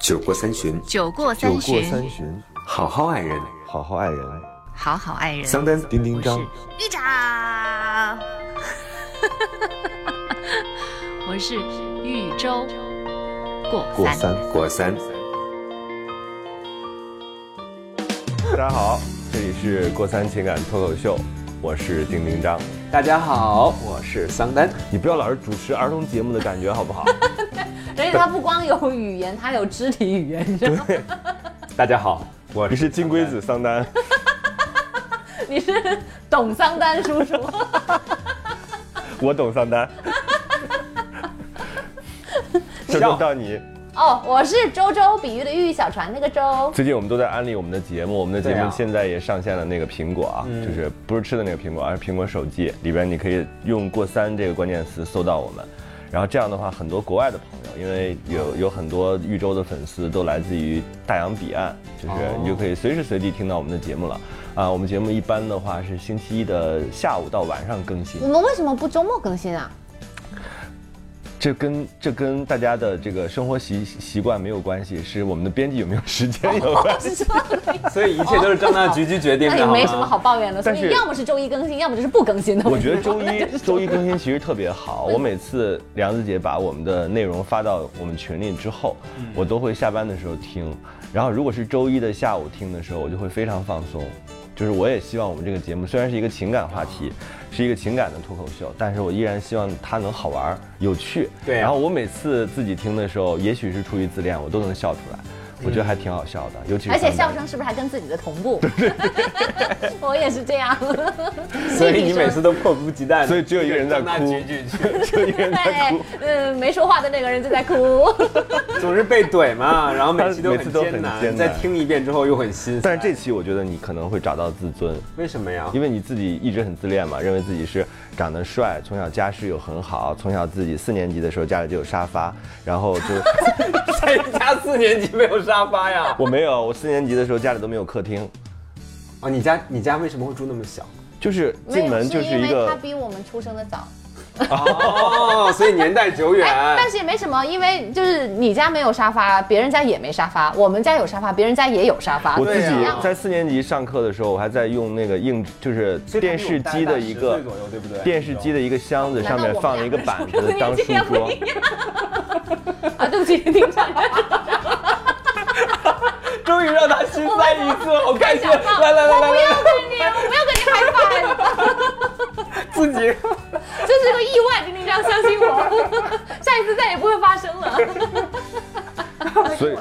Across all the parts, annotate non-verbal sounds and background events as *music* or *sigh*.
酒过三巡，酒过酒三过巡，三巡，好好爱人。好好爱人。啊好好爱人。桑丹，丁丁我张是玉长， *laughs* 我是豫州过过三。三。果三，大家好，这里是过三情感脱口秀，我是丁丁张。大家好，我是桑丹。你不要老是主持儿童节目的感觉好不好？而且他不光有语言，他有肢体语言，你知道吗？大家好， *laughs* 我你是金龟子桑丹，你是懂桑丹叔叔，我懂桑丹。就 *laughs* 轮到 *laughs* 你。哦，我是周周，比喻的喻，小船那个周。最近我们都在安利我们的节目，我们的节对目啊嗯现在也上线了那个苹果啊，就是不是吃的那个苹果，而是苹果手机里边，你可以用“过三”这个关键词搜到我们。然后这样的话，很多国外的朋友，因为有嗯有很多豫州的粉丝都来自于大洋彼岸，就是哦你就可以随时随地听到我们的节目了。啊，我们节目一般的话是星期一的下午到晚上更新我，们为什么不周末更新啊？这跟这跟大家的这个生活习习惯没有关系，是我们的编辑有没有时间有关系。所以一切都是张大局局决定哎的，那 *laughs* 也好吗哎没什么好抱怨的，所啊但是以要么是周一更新，要么就是不更新 *laughs* 的。我觉得周 *laughs* 一周一更新其实特别好。我每次梁子姐把我们的内容发到我们群里之后，嗯我都会下班的时候听。然后如果是周一的下午听的时候，我就会非常放松。就是我也希望我们这个节目虽然是一个情感话题，是一个情感的脱口秀，但是我依然希望它能好玩儿、有趣。对啊然后我每次自己听的时候，也许是出于自恋，我都能笑出来。我嗯觉得还挺好笑的，尤其是而且三笑百声是不是还跟自己的同 *laughs* 步？我也是这样。所以你每次都迫不及待，所以只有一个人在哭张大局局去，就一个人在哭对。，嗯，没说话的那个人就在哭。总是被怼 *laughs* 嘛，然后每期都每很次都很艰难，艰难再听一遍之后又很心但酸。是这期我觉得你可能会找到自尊，为什么呀？因为你自己一直很自恋嘛，认为自己是长得帅，从小家世又很好，从小自己四年级的时候家里就有沙发，然后就 *laughs* 在家四年级没有沙发 *laughs* 呀？我没有，我四年级的时候家里都没有客厅，哦，你家你家为什么会住那么 *laughs* 小？就是 *laughs* 进门就是一没有因为他个比我们出生的早。哦，所以年代久哎远。但是也没什么，因为就是你家没有沙发，别人家也没沙发；我们家有沙发，别人家也有沙发。我自对己呀在四年级上课的时候，我还在用那个硬就是所以他电比我视们大机的一个10岁左右对不对电视机的一个箱子，难道上面我们放了俩一个人板出生子的当年书纪也不桌一。 *laughs* 啊，对不起，丁长 *laughs* 远，终于让他心塞一次，好开心！想放来来来我来不要来，跟你，我不要跟你拍板，自己 *laughs* 这是个意外，丁丁这样相信 *laughs* 我，下一次再也不会发生了。所以，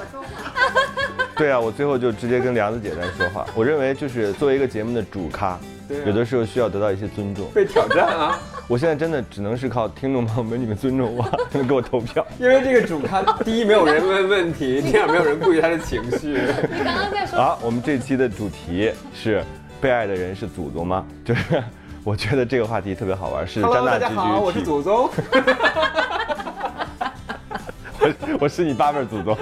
对啊，我最后就直接跟梁子姐在说话。我认为就是作为一个节目的主咖，对啊有的时候需要得到一些尊重。被挑战啊！我现在真的只能是靠听众朋友们你们尊重我， *laughs* 你们给我投票。因为这个主咖，第一没有人问问题，第二没有人顾及他的情 *laughs* 绪。你刚刚在说，好，我们这期的主题是被爱的人是祖宗吗？就是我觉得这个话题特别好玩，是 Hello，张大大家直好，我是局提，祖宗。 *laughs* 我我是你八辈儿祖宗。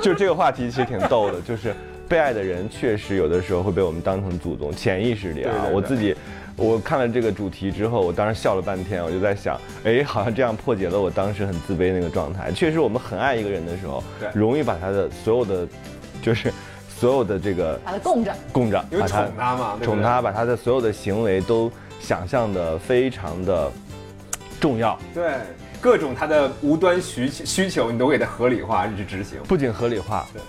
就这个话题其实挺逗的，就是被爱的人确实有的时候会被我们当成祖宗，潜意识里啊，对对对我自己。我看了这个主题之后，我当时笑了半天，我就在想，哎，好像这样破解了我当时很自卑那个状态。确实，我们很爱一个人的时候对，容易把他的所有的，就是所有的这个把它供着。供着，因为把宠他嘛对不对宠他，把他的所有的行为都想象的非常的重要，对，各种他的无端需需求，你都给他合理化，去执行。不仅合理化对，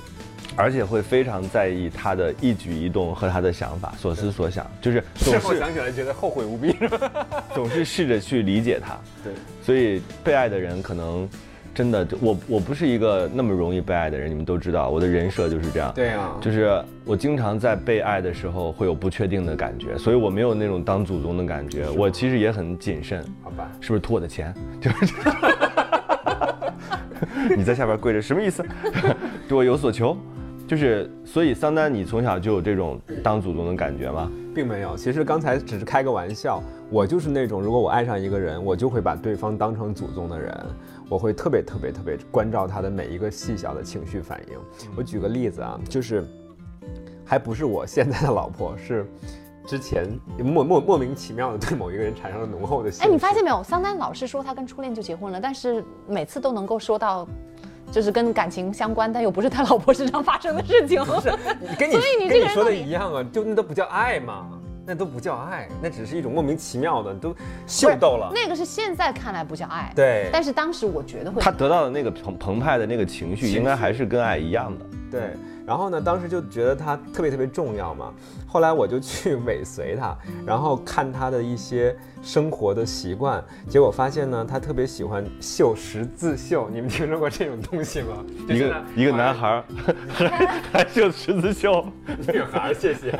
而且会非常在意他的一举一动和他的想法、所思所想，就是总事后是想起来觉得后悔无比。总是试着去理解他。对，所以被爱的人可能真的，我我不是一个那么容易被爱的人，你们都知道，我的人设就是这样。对啊就是我经常在被爱的时候会有不确定的感觉，所以我没有那种当祖宗的感觉，我其实也很谨慎。好吧，是不是图我的钱？就是 *laughs* 这样。你在下边跪着什么意思？ *laughs* 对我有所求，就是所以桑丹，你从小就有这种当祖宗的感觉吗？并没有。其实刚才只是开个玩笑，我就是那种如果我爱上一个人，我就会把对方当成祖宗的人，我会特别特别特别关照他的每一个细小的情绪反应。嗯我举个例子啊，就是还不是我现在的老婆，是之前莫莫莫名其妙的对某一个人产生了浓厚的兴哎，趣。你发现没有？桑丹老是说他跟初恋就结婚了，但是每次都能够说到就是跟感情相关，但又不是他老婆身上发生的事情。跟你所以你跟这个你人说到的底一样啊，就那都不叫爱嘛，那都不叫爱，那只是一种莫名其妙的，都秀逗了。那个是现在看来不叫爱，对但是当时我觉得会他得到的那个澎澎湃的那个情绪，情绪应该还是跟爱一样的。对，然后呢，当时就觉得他特别特别重要嘛。后来我就去尾随他，然后看他的一些生活的习惯，结果发现呢，他特别喜欢绣十字绣。你们听说过这种东西吗？就一是个呢一个男孩儿 *laughs* 还绣十字绣， *laughs* 女孩儿，谢 *laughs* 谢。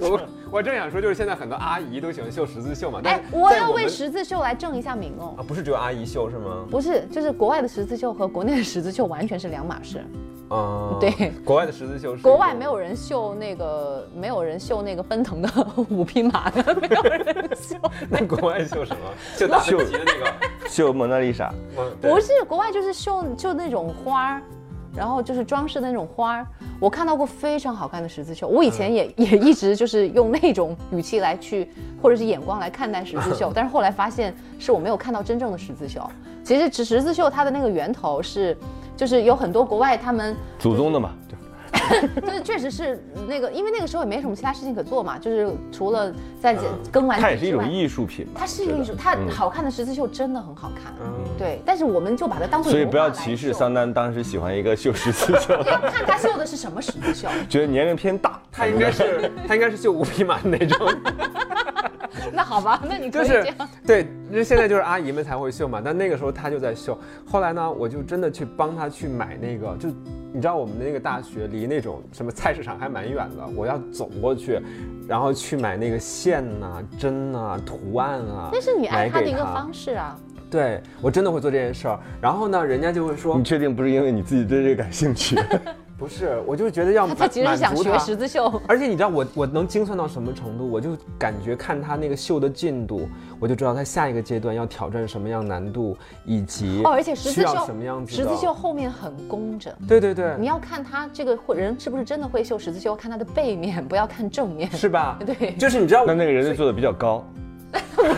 我我正想说，就是现在很多阿姨都喜欢绣十字绣嘛，但哎是，我在要们为十字绣来正一下名哦啊，。不是只有阿姨绣是吗？不是，就是国外的十字绣和国内的十字绣完全是两码事。啊， *laughs* 对国外的十字绣是国外没有人。人绣那个，没有人绣那个奔腾的五匹马的，没有人 *laughs* 绣。那国外绣什么？绣大绣秀的那 *laughs* 个绣蒙娜丽莎。吗？不是是，国外就是绣绣那种花儿。然后就是装饰的那种花儿，我看到过非常好看的十字绣。我以前也、 *laughs* 也一直就是用那种语气来去，或者是眼光来看待十 *laughs* 字绣，但是后来发现是我没有看到真正的十字绣。其实十十字绣它的那个源头是，就是有很多国外他们 *laughs* 祖宗的嘛，就是确实是那个，因为那个时候也没什么其他事情可做嘛，就是除了在 *laughs* 更完嗯它也景是一之外种，艺术品嘛，它是一个艺觉术，得它好看的十字绣真的很好看，嗯对。但是我们就把它当做所以不要歧视桑丹当时喜欢一个绣十字绣， *laughs* 要看他绣的是什么十字绣，觉得年龄偏大，他应该是 *laughs* 他应该是绣五匹马那 *laughs* 种，那 *laughs* 好吧，那你可就以这是样。对，那现在就是阿姨们才会绣嘛。但那个时候他就在绣。后来呢，我就真的去帮他去买那个，就你知道我们那个大学离那种什么菜市场还蛮远的，我要走过去，然后去买那个线呐、针呐、图案啊。那是你爱他的一买个给他方式啊，对我真的会做这件事儿。然后呢，人家就会说你确定不是因为你自己对这个感兴趣？ *laughs* 不是，我就觉得要他满他其实是想满足学他十 *laughs* 字绣。而且你知道我我能精算到什么程度？我就感觉看他那个秀的进度，我就知道他下一个阶段要挑战什么样难度，以及哦，而且十需字要绣什么样，子的十字绣，后面很工整。对对对你，要看他这个会人是不是真的会绣十字绣，看他的背面，不要看正面。是吧？ *laughs* 对就是你知道那那个人就做的比较高， *laughs*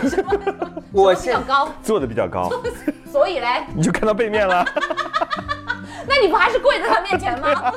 我比现较高，做的比较高，所以嘞，你就看到背面了。那你不还是跪在他面前吗？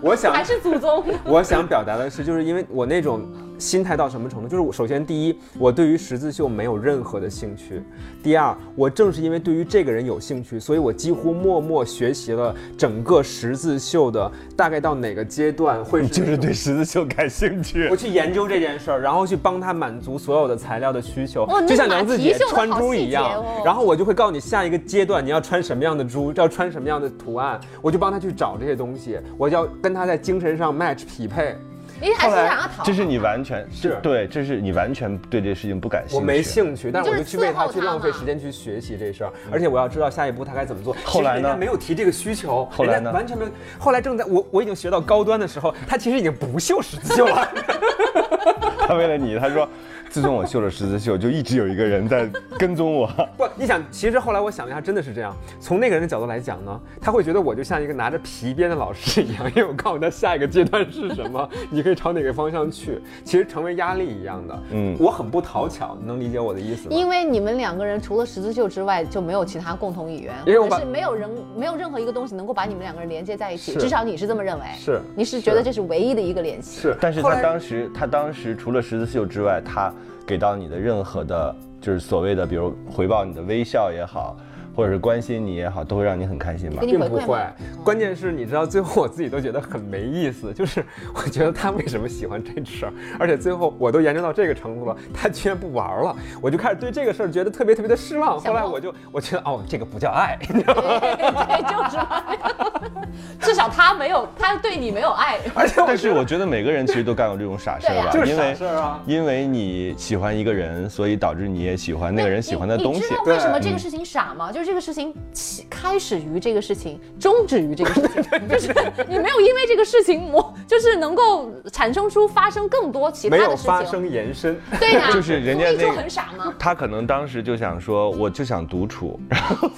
我 *laughs* 想还是祖宗？我想表达的是，就是因为我那种心态到什么程度，就是我首先第一，我对于十字绣没有任何的兴趣；第二，我正是因为对于这个人有兴趣，所以我几乎默默学习了整个十字绣的大概到哪个阶段会 *laughs* *laughs* 就是是对十字绣感兴趣 *laughs* 我。去研究这件事儿，然后去帮他满足所有的材料的需求，哦那就像梁子姐马蹄绣的好穿珠一样。细节哦然后我就会告诉你下一个阶段你要穿什么样的珠，要穿什么样的图案，我就帮他去找这些东西，我要跟他在精神上 match 匹配。你还是后来想要讨好，这是你完全是这对，这是你完全对这事情不感兴趣。我没兴趣，但你我就是就去为他伺候去他浪费嘛时间去学习这事儿，而且我要知道下一步他该怎么做。后来呢其实人家没有提这个需求，后来人家呢完全没有。后来正在我我已经学到高端的时候，他其实已经不绣十字绣 *laughs* 了。他为了你，他说，自从我绣了十字绣，就一直有一个人在跟踪我。 *laughs* 不，你想，其实后来我想了一下，真的是这样。从那个人的角度来讲呢，他会觉得我就像一个拿着皮鞭的老师一样，因为我告诉他下一个阶段是什么，你可以朝哪个方向去。其实成为压力一样的，嗯嗯，我很不讨巧，你能理解我的意思吗？因为你们两个人除了十字绣之外就没有其他共同语言，因为我或者把是没有人没有任何一个东西能够把你们两个人连接在一起，是至少你是这么认为，是你是觉得这是唯一的一个联系。是，但是后他来当时，他当时除了十字绣之外，他给到你的任何的，就是所谓的，比如回报你的微笑也好，或者是关心你也好，都会让你很开心吗给？你并回不馈会吗？，关键是你知道，最后我自己都觉得很没意思，就是我觉得他为什么喜欢这事儿，而且最后我都研究到这个程度了，他居然不玩儿了，我就开始对这个事儿觉得特别特别的失望。想后来通我就我觉得哦，这个不叫爱，对， *laughs* 就是 *laughs* 嘛，至少他没有，他对你没有爱。而且我但是我觉得每个人其实都干过这种傻事儿吧，对呀因为 *laughs* 就是傻事 *laughs* 儿啊因为你喜欢一个人，所以导致你也喜欢那个人喜欢的你东你西知道。对嗯为什么这个事情傻吗？就是这个事情起开始于这个事情，终止于这个事情， *laughs* 就是你没有因为这个事情磨，就是能够产生出发生更多其他没的有事发情。生延伸。 *laughs* 对呀、就是人家所以就那个很傻吗？他可能当时就想说，我就想独处，然后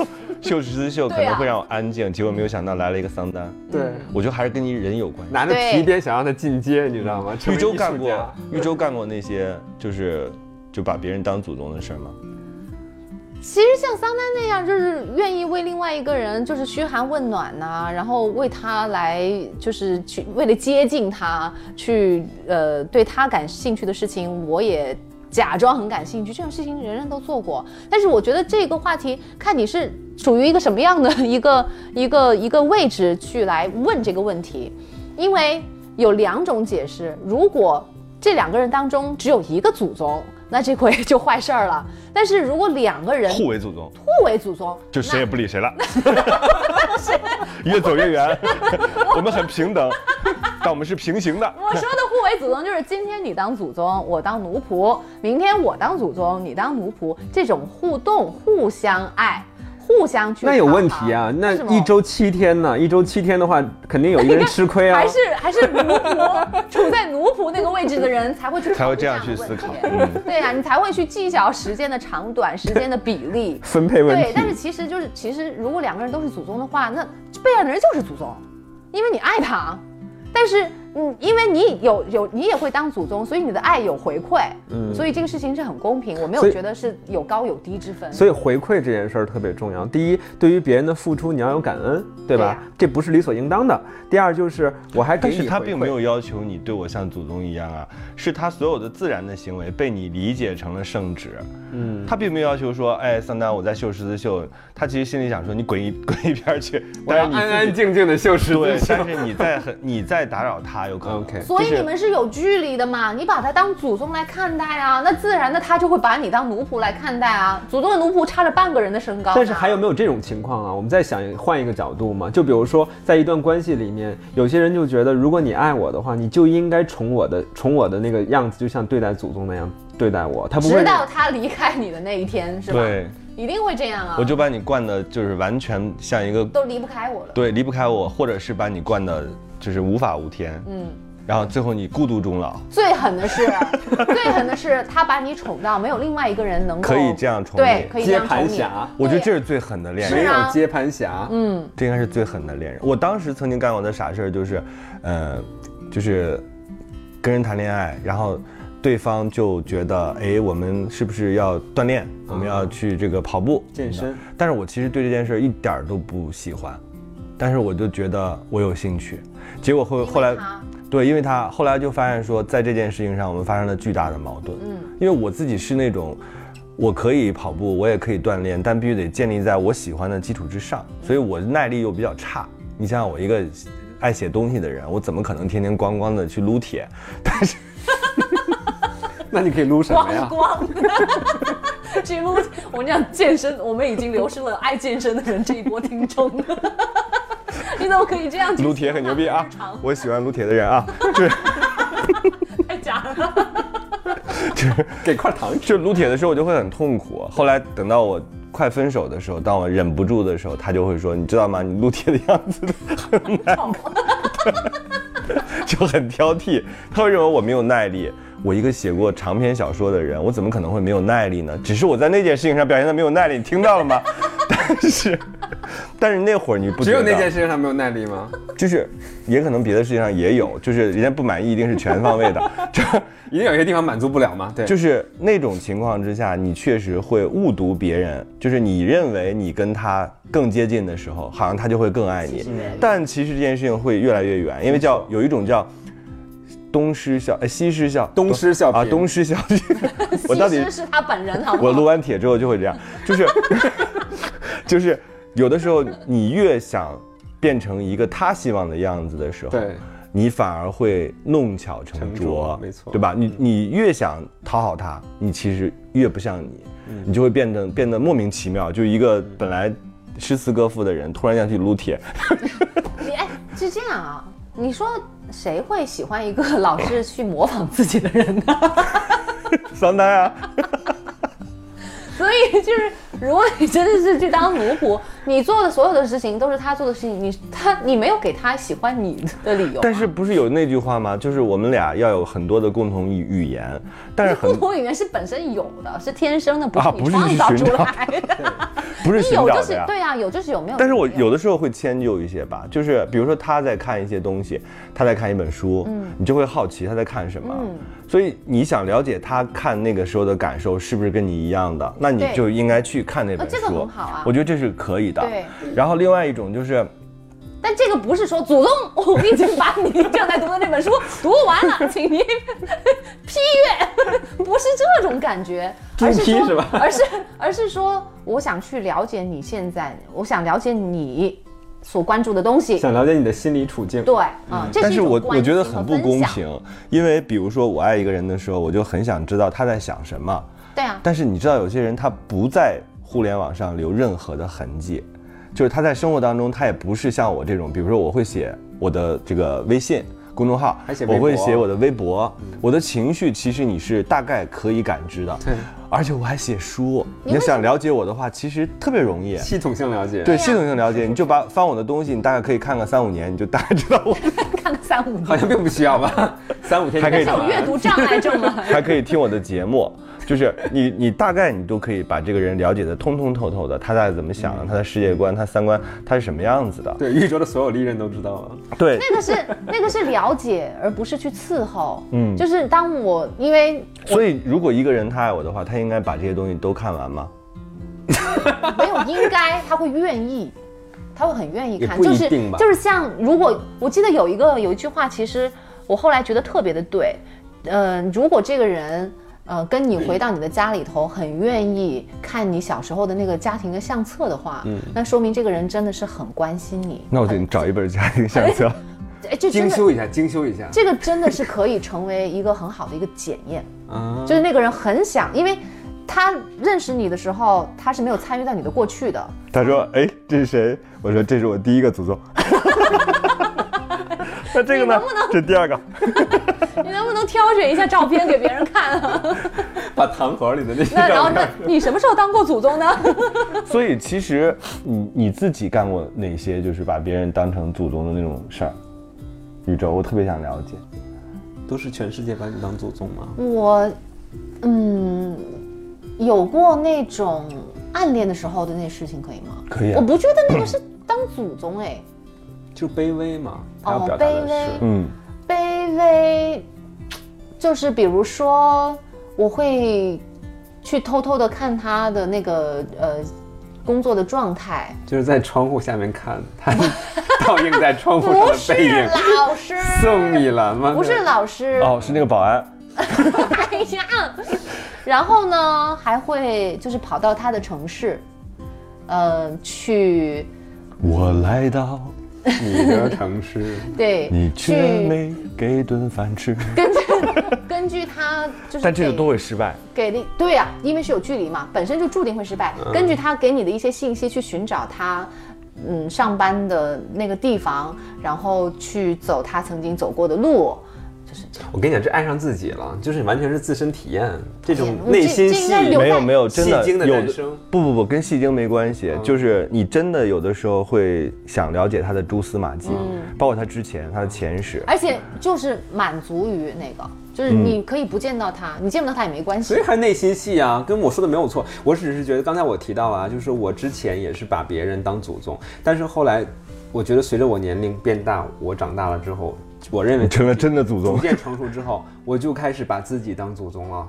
绣十字绣可对能啊会让我安静，结果没有想到来了一个桑丹。对，我觉得还是跟你人有关系。拿着对皮鞭想让他进阶，你知道吗？啊成玉为州艺术干过家，玉州干过那些就是就把别人当祖宗的事儿吗？其实像桑丹那样，就是愿意为另外一个人，就是嘘寒问暖呐、然后为他来，就是去为了接近他，去呃对他感兴趣的事情，我也假装很感兴趣。这种事情人人都做过，但是我觉得这个话题看你是处于一个什么样的一个 *laughs* 一个一个位置去来问这个问题，因为有两种解释。如果这两个人当中只有一个祖宗，那这回就坏事儿了。但是如果两个人互为祖宗，互为祖宗，就谁也不理谁 *laughs* 了，越走越远。 *laughs* 我们很平等，但我们是平行的。我说的互为祖宗就是今天你当祖宗，我当奴仆；明天我当祖宗，你当奴仆。这种互动、互相爱、互相去那有讨好问题啊！那是吗一周七天呢？一周七天的话，肯定有一个人吃亏啊。。*laughs* 还是还是奴仆处在奴仆那个位置的人才会去才会这样考虑去的问题思考嗯对呀、你才会去计较时间的长短、时间的比例 *laughs* 分配问题对，但是其实就是，其实如果两个人都是祖宗的话，那被爱的人就是祖宗，因为你爱他，但是嗯，因为你有有你也会当祖宗，所以你的爱有回馈，嗯所以这个事情是很公平，我没所有以觉得是有高有低之分。所以回馈这件事儿特别重要。第一，对于别人的付出，你要有感恩，对吧？对呀这不是理所应当的。第二就是我还给但你是他回馈并没有要求你对我像祖宗一样啊，是他所有的自然的行为被你理解成了圣旨。嗯，他并没有要求说，哎，桑丹我在绣十字绣，他其实心里想说你滚一 *laughs* 滚一边儿去。我但要是你安自安己静静的绣十字对，绣但。是你在很你在打扰他，有可能。 OK 所以就是你们是有距离的嘛？你把他当祖宗来看待啊，那自然的他就会把你当奴仆来看待啊。祖宗和奴仆差着半个人的身高呢，但是还有没有这种情况啊？我们再想换一个角度嘛，就比如说在一段关系里面，有些人就觉得，如果你爱我的话，你就应该宠我的，宠我的那个样子，就像对待祖宗那样对待我。他不会直到他离开你的那一天，是吧？，对，一定会这样啊。我就把你惯的，就是完全像一个都离不开我了。对离不开我，或者是把你惯的，就是无法无天，嗯，然后最后你孤独终老，最狠的 *laughs* 是，最狠的是他把你宠到没有另外一个人能够可以这样宠对你，可以这接样宠盘你。侠，我觉得这是最狠的恋是人没，有啊接盘侠。嗯，这应该是最狠的恋人。我当时曾经干过的傻事儿就是，呃，就是跟人谈恋爱，然后对方就觉得，哎，我们是不是要锻炼？我们要去这个跑步、嗯健身。但是我其实对这件事儿一点儿都不喜欢，但是我就觉得我有兴趣。结果后后来因为他，对，因为他后来就发现说，在这件事情上我们发生了巨大的矛盾。嗯，因为我自己是那种。我可以跑步，我也可以锻炼，但必须得建立在我喜欢的基础之上，所以我耐力又比较差。你想想，我一个爱写东西的人，我怎么可能天天光光的去撸铁？但是那你可以撸什么 *laughs* 呀光？光的。只录我们讲健身，我们已经流失了爱健身的人这一波听众。 *laughs* 你怎么可以这样？撸铁很牛逼 *laughs* 啊！我喜欢撸铁的人啊，就是太假了。就是给块糖吃。就撸铁的时候，我就会很痛苦。后来等到我快分手的时候，当我忍不住的时候，他就会说：“你知道吗？你撸铁的样子很难， *laughs* 就很挑剔。”他会认为我没有耐力。我一个写过长篇小说的人，我怎么可能会没有耐力呢？只是我在那件事情上表现的没有耐力，你听到 *laughs* 了吗？但是，但是那会儿你不只有觉那得件事情上没有耐力吗？就是也可能别的事情上也有，就是人家不满意一定是全方位的，就一定有些地方满足不了吗？对，就是那种情况之下，你确实会误读别人，就是你认为你跟他更接近的时候，好像他就会更爱你，但其实这件事情会越来越远，因为叫有一种叫东施效，呃西施效，东施效颦啊，东施效颦。我到底其实是他本人，好吗？我录完帖之后就会这样，就是 *laughs* 就是有的时候你越想变成一个他希望的样子的时候，对，你反而会弄巧成成拙拙，没错对吧？你你越想讨好他，你其实越不像你，你就会变得变得莫名其妙，就一个本来诗词歌赋的人，突然要去撸铁，你哎，是这样啊？你说谁会喜欢一个老是去模仿自己的人呢？桑丹啊，所以就是，如果你真的是去当奴仆， *laughs* 你做的所有的事情都是他做的事情，你他你没有给他喜欢你的理由啊、但是不是有那句话吗？就是我们俩要有很多的共同语语言，但 *laughs* 是不很同语言是本身有的，是天生的，不啊是你不是创你造寻出找来的。不 *laughs* 是你寻有找就的是呀。对啊，有就是有，没有。但是我有的时候会迁就一些吧，就是比如说他在看一些东西，他在看一本书，嗯你就会好奇他在看什么，所以你想了解他看那个时候的感受是不是跟你一样的，那你对就应该去看那呃本书。这个很好啊我觉得这是可以的。对。然后另外一种就是，但这个不是说祖宗， *laughs* 我已经把你正在读的那本书读完了，请您 *laughs* 批阅，不是这种感觉，这而是是批说，是吧而是而是说，我想去了解你现在，我想了解你所关注的东西。想了解你的心理处境。对，啊，这嗯但一是种我关我觉得心很和不分公享。平，因为比如说我爱一个人的时候，我就很想知道他在想什么，对啊，但是你知道，有些人他不在互联网上留任何的痕迹，就是他在生活当中，他也不是像我这种，比如说我会写我的这个微信公众号还写，微我博嗯会写我的微博，我的情绪其实你是大概可以感知的，对，而且我还写书，你为要什想了解我的话，其实特别容 *laughs* 易。系统性了解。对呀系统性了解，你就把翻我的东西，你大概可以看个三五年，你就大概知道我，看个三五年好，像并不需要 *laughs* 吧，三五天就还可但以是这有么阅读障碍 *laughs* 症了。还可以听我的节目，就是你你大概你都可以把这个人了解的通通透透的，他大概怎么想，他的世界观，他三观，他是什么样子的。对豫州的所有利刃都知道啊了。对，那个是那个是了解，而不是去伺候。嗯嗯，就是当我因为所以如果一个人他爱我的话，他应该把这些东西都看完吗？没有应该，他会愿意，他会很愿意也看，不就一是定吧就是像如果我记得有一个有一句话，其实我后来觉得特别的对，呃，如果这个人。呃，跟你回到你的家里头，很愿意看你小时候的那个家庭的相册的话，嗯那说明这个人真的是很关心你。那我就找一本家庭相册。哎，这真精的，修一下，精修一下。这个真的是可以成为一个很好的一个检验。啊，就是那个人很想，因为他认识你的时候，他是没有参与到你的过去的。他说：“哎，这是谁？”我说：“这是我第一个祖 *laughs* 宗。”那这个呢？这第二个。你能不能挑选一下照片给别人看啊？把糖盒里的那些那然后照那片，你什么时候当过祖宗呢？所以其实你你自己干过哪些就是把别人当成祖宗的那种事儿？宇宙，我特别想了解。都是全世界把你当祖宗吗？ *laughs* 我，嗯，有过那种暗恋的时候的那些事情，可以吗？可以啊我不觉得那个是当祖宗哎，就卑微嘛，他要哦表，达卑的微是，，嗯，卑微，就是比如说，我会去偷偷的看他的那个呃工作的状态，就是在窗户下面看，他 *laughs* 倒映在窗户上不的是背影。老师，宋米兰吗？不是老师，哦，是那个保安。哎呀，然后呢，还会就是跑到他的城市，呃，去我来到，你的城市，对，你却去没给顿饭吃。根据根据他就是但这个给都会失败。给力，对呀、因为是有距离嘛，本身就注定会失败。嗯根据他给你的一些信息去寻找他，嗯，上班的那个地方，然后去走他曾经走过的路，就是这样。 *laughs* 我跟你讲，这爱上自己了，就是完全是自身体验，这种这内心这戏应该留没有在没有，真的戏精的有诞生嗯不不不，跟戏精没关系，就是你真的有的时候会想了解他的蛛丝马迹，嗯包括他之前他的前史。而且就是满足于那个，就是你可以不见到他，你见不到他也没关嗯所以系。还是内心戏啊，跟我说的没有错。我只是觉得刚才我提到啊，就是我之前也是把别人当祖宗，但是后来我觉得随着我年龄变大，我长大了之后，我认为你成了真的祖逐宗， *laughs* 渐成熟之后，我就开始把自己当祖宗了，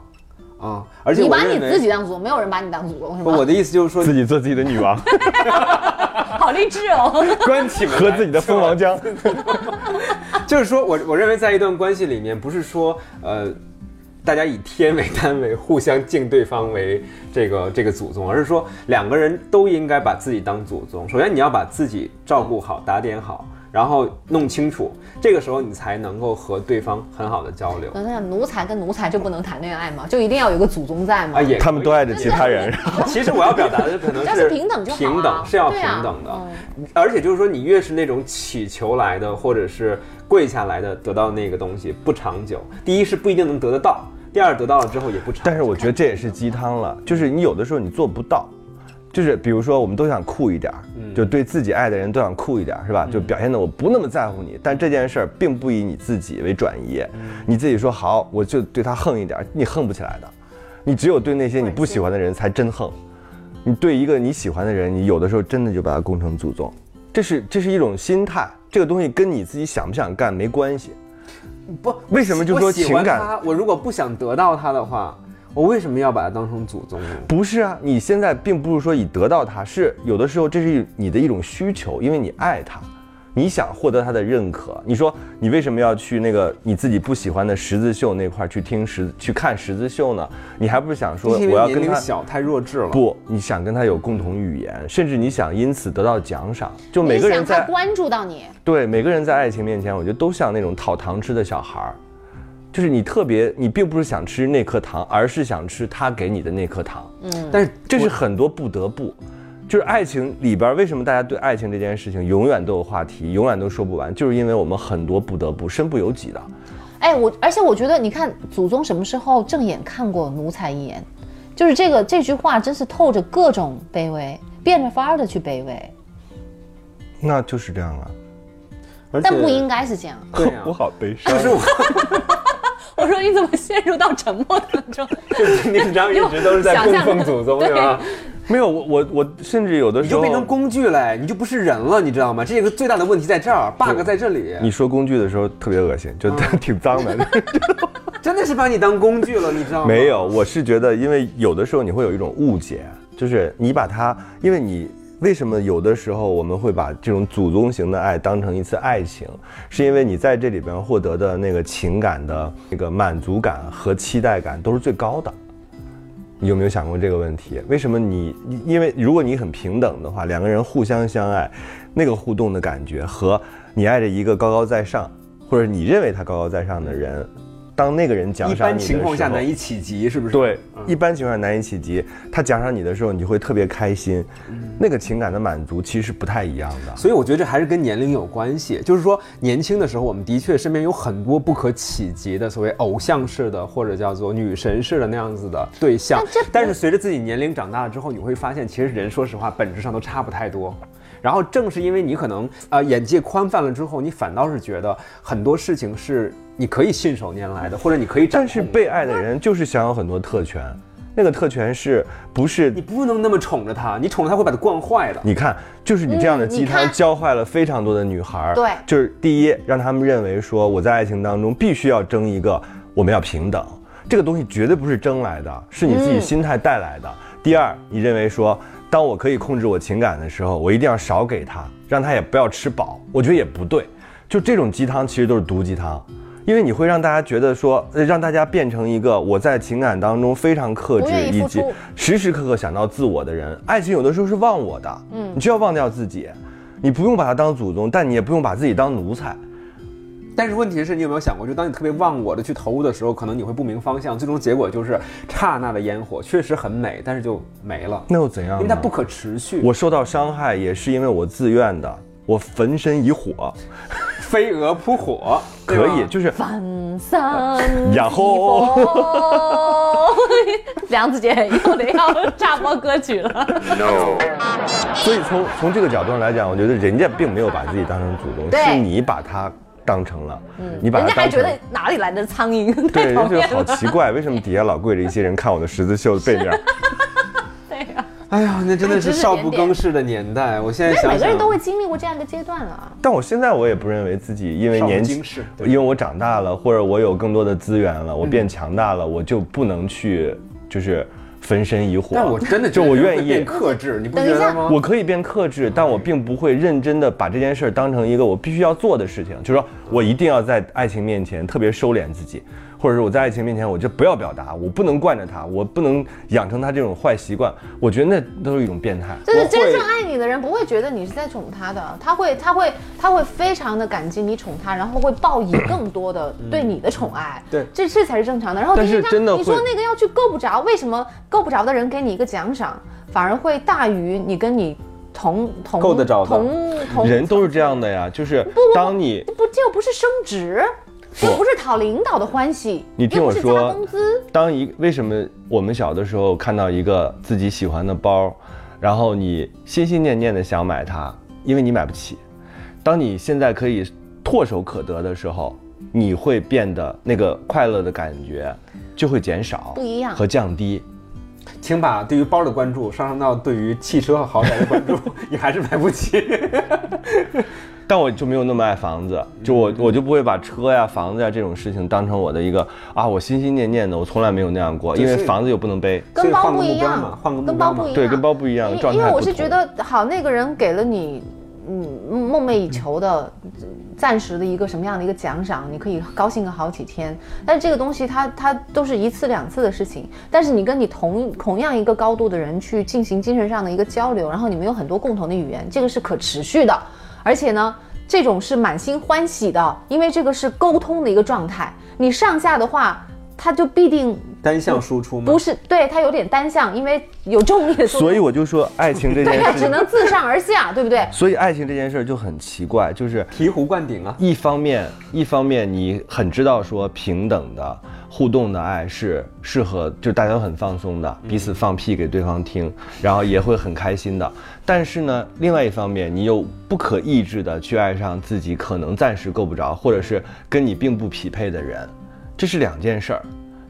啊，而且你我把你认为自己当祖宗，没有人把你当祖宗，是不吗？我的意思就是说自，己做自己的女王， *laughs* 好励志哦！ *laughs* 关起门和来自己的蜂王浆。就是说我我认为在一段关系里面，不是说呃。大家以天为单位，互相敬对方为这个这个祖宗，而是说两个人都应该把自己当祖宗。首先你要把自己照顾好、打点好，然后弄清楚，这个时候你才能够和对方很好的交流我在想奴才跟奴才就不能谈恋爱吗？就一定要有个祖宗在吗？啊。也他们都爱着其他人，其实我要表达的可能要是是平等就好啊平等是要对平啊等的，嗯而且就是说你越是那种乞求来的，或者是跪下来的，得到那个东西不长久。第一是不一定能得得到，第二得到了之后也不长久。但是我觉得这也是鸡汤了，就是你有的时候你做不到，就是比如说我们都想酷一点儿，嗯就对自己爱的人都想酷一点儿，是吧？就表现的我不那么在乎你，但这件事儿并不以你自己为转移，嗯你自己说好，我就对他横一点儿，你横不起来的，你只有对那些你不喜欢的人才真横，你对一个你喜欢的人，你有的时候真的就把他攻成祖宗，这是这是一种心态，这个东西跟你自己想不想干没关系。不，为什么就我说喜欢情感他我如果不想得到他的话，我为什么要把他当成祖宗呢？不是啊，你现在并不是说以得到它，是有的时候这是一你的一种需求，因为你爱它，你想获得它的认可。你说你为什么要去那个你自己不喜欢的十字绣那块儿去听十去看十字绣呢？你还不是想说因我要为年跟龄他小，太弱智了。，不，你想跟他有共同语言，甚至你想因此得到奖赏。就每个人你想他在关注到你，对每个人在爱情面前，我觉得都像那种讨糖吃的小孩儿。就是你特别，你并不是想吃那颗糖，而是想吃他给你的那颗糖。嗯但是这是很多不得不，就是爱情里边儿为什么大家对爱情这件事情永远都有话题，永远都说不完，就是因为我们很多不得不，身不由己的。哎，我而且我觉得，你看祖宗什么时候正眼看过奴才一眼？就是这个这句话，真是透着各种卑微，变着法儿的去卑微，那就是这样啊，而且但 *laughs* 不应该是这样。对 *laughs* 呀、好悲伤。就是我 *laughs* 我说你怎么陷入到沉默当 *laughs* 中？就是那张一直都是在想供象奉祖宗，对吧？没有我我我甚至有的你时就候变成工具嘞，你就不是人了，你知道吗？这个最大的问题在这儿，bug 在这里，你说工具嗯的时候特别恶心，就 *laughs* 挺脏的。真的是把你当工具了，你知道吗？没，有，我是觉得，因为有的时候你会有一种误解，就是你把它，因为你为什么有的时候我们会把这种祖宗型的爱当成一次爱情，是因为你在这里边获得的那个情感的那个满足感和期待感都是最高的。你有没有想过这个问题？为什么你因为如果你很平等的话，两个人互相相爱，那个互动的感觉和你爱着一个高高在上，或者你认为他高高在上的人，当那个人奖一赏你般的时候，情况下难以企及，是不嗯是？对，一般情况下难以企及。他奖赏你的时候，你就会特别开心，那个情感的满足其实是不太一样的。嗯所以我觉得这还是跟年龄有关系，就是说年轻的时候，我们的确身边有很多不可企及的所谓偶像式的或者叫做女神式的那样子的对象但这不，但是随着自己年龄长大了之后，你会发现其实人说实话本质上都差不太多。然后正是因为你可能呃眼界宽泛了之后，你反倒是觉得很多事情是你可以信手拈来的，或者你可以掌控但的。是被爱的人就是享有很多特权，那个特权是不是你？不能那么宠着他，你宠着他会把他惯坏的。你看，就是你这样的嗯鸡你汤看教坏了非常多的女孩儿。对就是第一，让他们认为说我在爱情当中必须要争一个，我们要平等，这个东西绝对不是争来的，是你自己心态带来的。嗯第二，你认为说，当我可以控制我情感的时候，我一定要少给他，让他也不要吃饱，我觉得也不对。就这种鸡汤其实都是毒鸡汤。因为你会让大家觉得说，呃让大家变成一个我在情感当中非常克制不愿，意以付及出时时刻刻想到自我的人，爱情有的时候是忘我的，嗯，你就要忘掉自己，你不用把它当祖宗，但你也不用把自己当奴才。但是问题是你有没有想过，就当你特别忘我的去投入的时候，可能你会不明方向，最终结果就是刹那的烟火，确实很美，但是就没了，那又怎样呢？因为哎它不可持续。嗯我受到伤害也是因为我自愿的，我焚身以火，飞蛾扑火，对啊吧可以，就是万三呀吼一佛， *laughs* 梁子姐又得要炸播歌曲了。所以从从这个角度上来讲，我觉得人家并没有把自己当成祖宗，对嗯是你把他当成了，你把人他家还当觉成。得哪里来的苍蝇，对，*laughs* 太人家讨觉得厌了。好奇怪，为什么底下老跪着一些人看我的十字绣的背面？对呀、哎呀，那真的是少不更事的年代。我现在因为想每个人想，都会经历过这样一个阶段了。啊但我现在我也不认为自己因为少不年经纪事，对嗯因为我长大了，或者我有更多的资源了，我变强大了，我就不能去就是焚身以火。但我真的就觉得我人愿会意变，克制，你不等觉一得下吗？我可以变克制，但我并不会认真的把这件事儿当成一个我必须要做的事情，就是说我一定要在爱情面前特别收敛自己，或者是我在爱情面前我就不要表达，我不能惯着他，我不能养成他这种坏习惯，我觉得那都是一种变态。就是真正我爱你的人不会觉得你是在宠他的，他会他会他会非常的感激你宠他，然后会报以更多的对你的宠爱。对这这才是正常的。然后但是第一张真的你说会那个要去够不着，为什么够不着的人给你一个奖赏，反而会大于你跟你同同够得着的同同人都是这样的呀，就是当你不这又不是升职，这又不是讨领导的欢喜，你听又我不是说加工资。当一为什么我们小的时候看到一个自己喜欢的包，然后你心心念念的想买它，因为你买不起。当你现在可以唾手可得的时候，你会变得那个快乐的感觉就会减少，不一样和降低。请把对于包的关注上升到对于汽车和豪宅的关注， *laughs* 你还是买不起。 *laughs* 但我就没有那么爱房子，就我我就不会把车呀、房子呀这种事情当成我的一个啊，我心心念念的，我从来没有那样过，因为就是房子又不能背，跟所以包换个不一目标样嘛，换个目跟标包嘛不一样，对，跟包不一样，啊因状态因为我不是同觉得，好，那个人给了你，嗯，梦寐以求的、呃暂时的一个什么样的一个奖赏，你可以高兴个好几天。但是这个东西它，它都是一次两次的事情。但是你跟你同同样一个高度的人去进行精神上的一个交流，然后你们有很多共同的语言，这个是可持续的，而且呢。这种是满心欢喜的，因为这个是沟通的一个状态。你上下的话，它就必定单向输出吗？不是对它有点单向，因为有重力的作用。所以我就说爱情这对呀、件只 *laughs* 事，能自上而下，对不对？所以爱情这件事就很奇怪，就是醍醐灌顶啊！一方面，一方面你很知道说平等的互动的爱是适合，就大家都很放松的，彼此放屁给对方听，然后也会很开心的。但是呢，另外一方面，你又不可抑制的去爱上自己可能暂时够不着，或者是跟你并不匹配的人，这是两件事儿。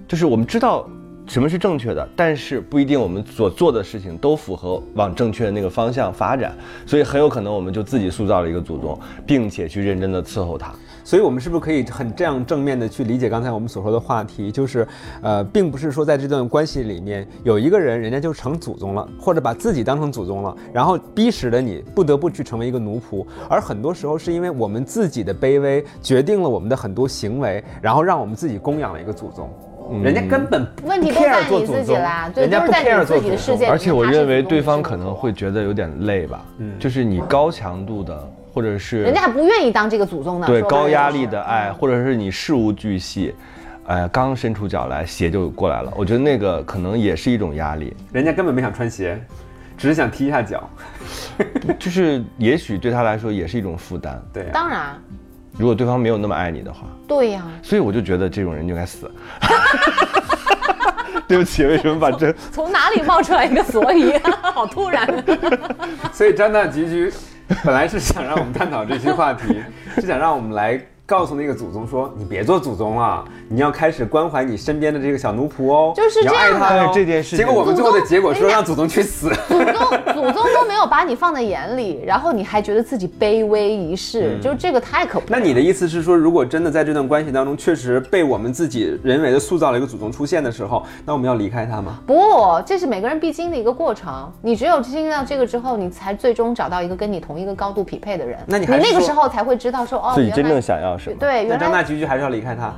就是我们知道什么是正确的，但是不一定我们所做的事情都符合往正确的那个方向发展，所以很有可能我们就自己塑造了一个祖宗，并且去认真的伺候它。所以，我们是不是可以很这样正面的去理解刚才我们所说的话题？就是，呃，并不是说在这段关系里面有一个人人家就成祖宗了，或者把自己当成祖宗了，然后逼使得你不得不去成为一个奴仆。而很多时候是因为我们自己的卑微决定了我们的很多行为，然后让我们自己供养了一个祖宗。人家根本不问题都 care 在做你祖自己宗啦对人家都是不在你 care 做自己的祖世宗界而且我认为他是主动对方可能会觉得有点累吧，就是你高强度的或者是嗯人家还不愿意当这个祖宗呢。对说白了高压力就是的爱，或者是你事无巨细。哎，刚伸出脚来，鞋就过来了。我觉得那个可能也是一种压力，人家根本没想穿鞋，只是想踢一下脚。就是也许对他来说也是一种负担。对、啊，当然，如果对方没有那么爱你的话，对呀、所以我就觉得这种人就该死。 *laughs* 对不起，为什么把这从哪里冒出来一个所以、 *laughs* 啊？好突然。所以张大菊菊本来是想让我们探讨这些话题， *laughs* 是想让我们来告诉那个祖宗说，你别做祖宗了，你要开始关怀你身边的这个小奴仆哦，就是你要这样哎爱他的哦。哎这件事情结果我们最后的结果祖说宗让祖宗去死。祖宗祖宗都没有把你放在眼里，然后你还觉得自己卑微一世，就这个太可怕 *laughs* 那了。你的意思是说，如果真的在这段关系当中，确实被我们自己人为的塑造了一个祖宗出现的时候，那我们要离开他吗？不，这是每个人必经的一个过程。你只有经历到这个之后，你才最终找到一个跟你同一个高度匹配的人。那你你还是那个说时候才会知道说，哦，自己原真来正想要什么？对，那原张来大菊菊还是要离开他，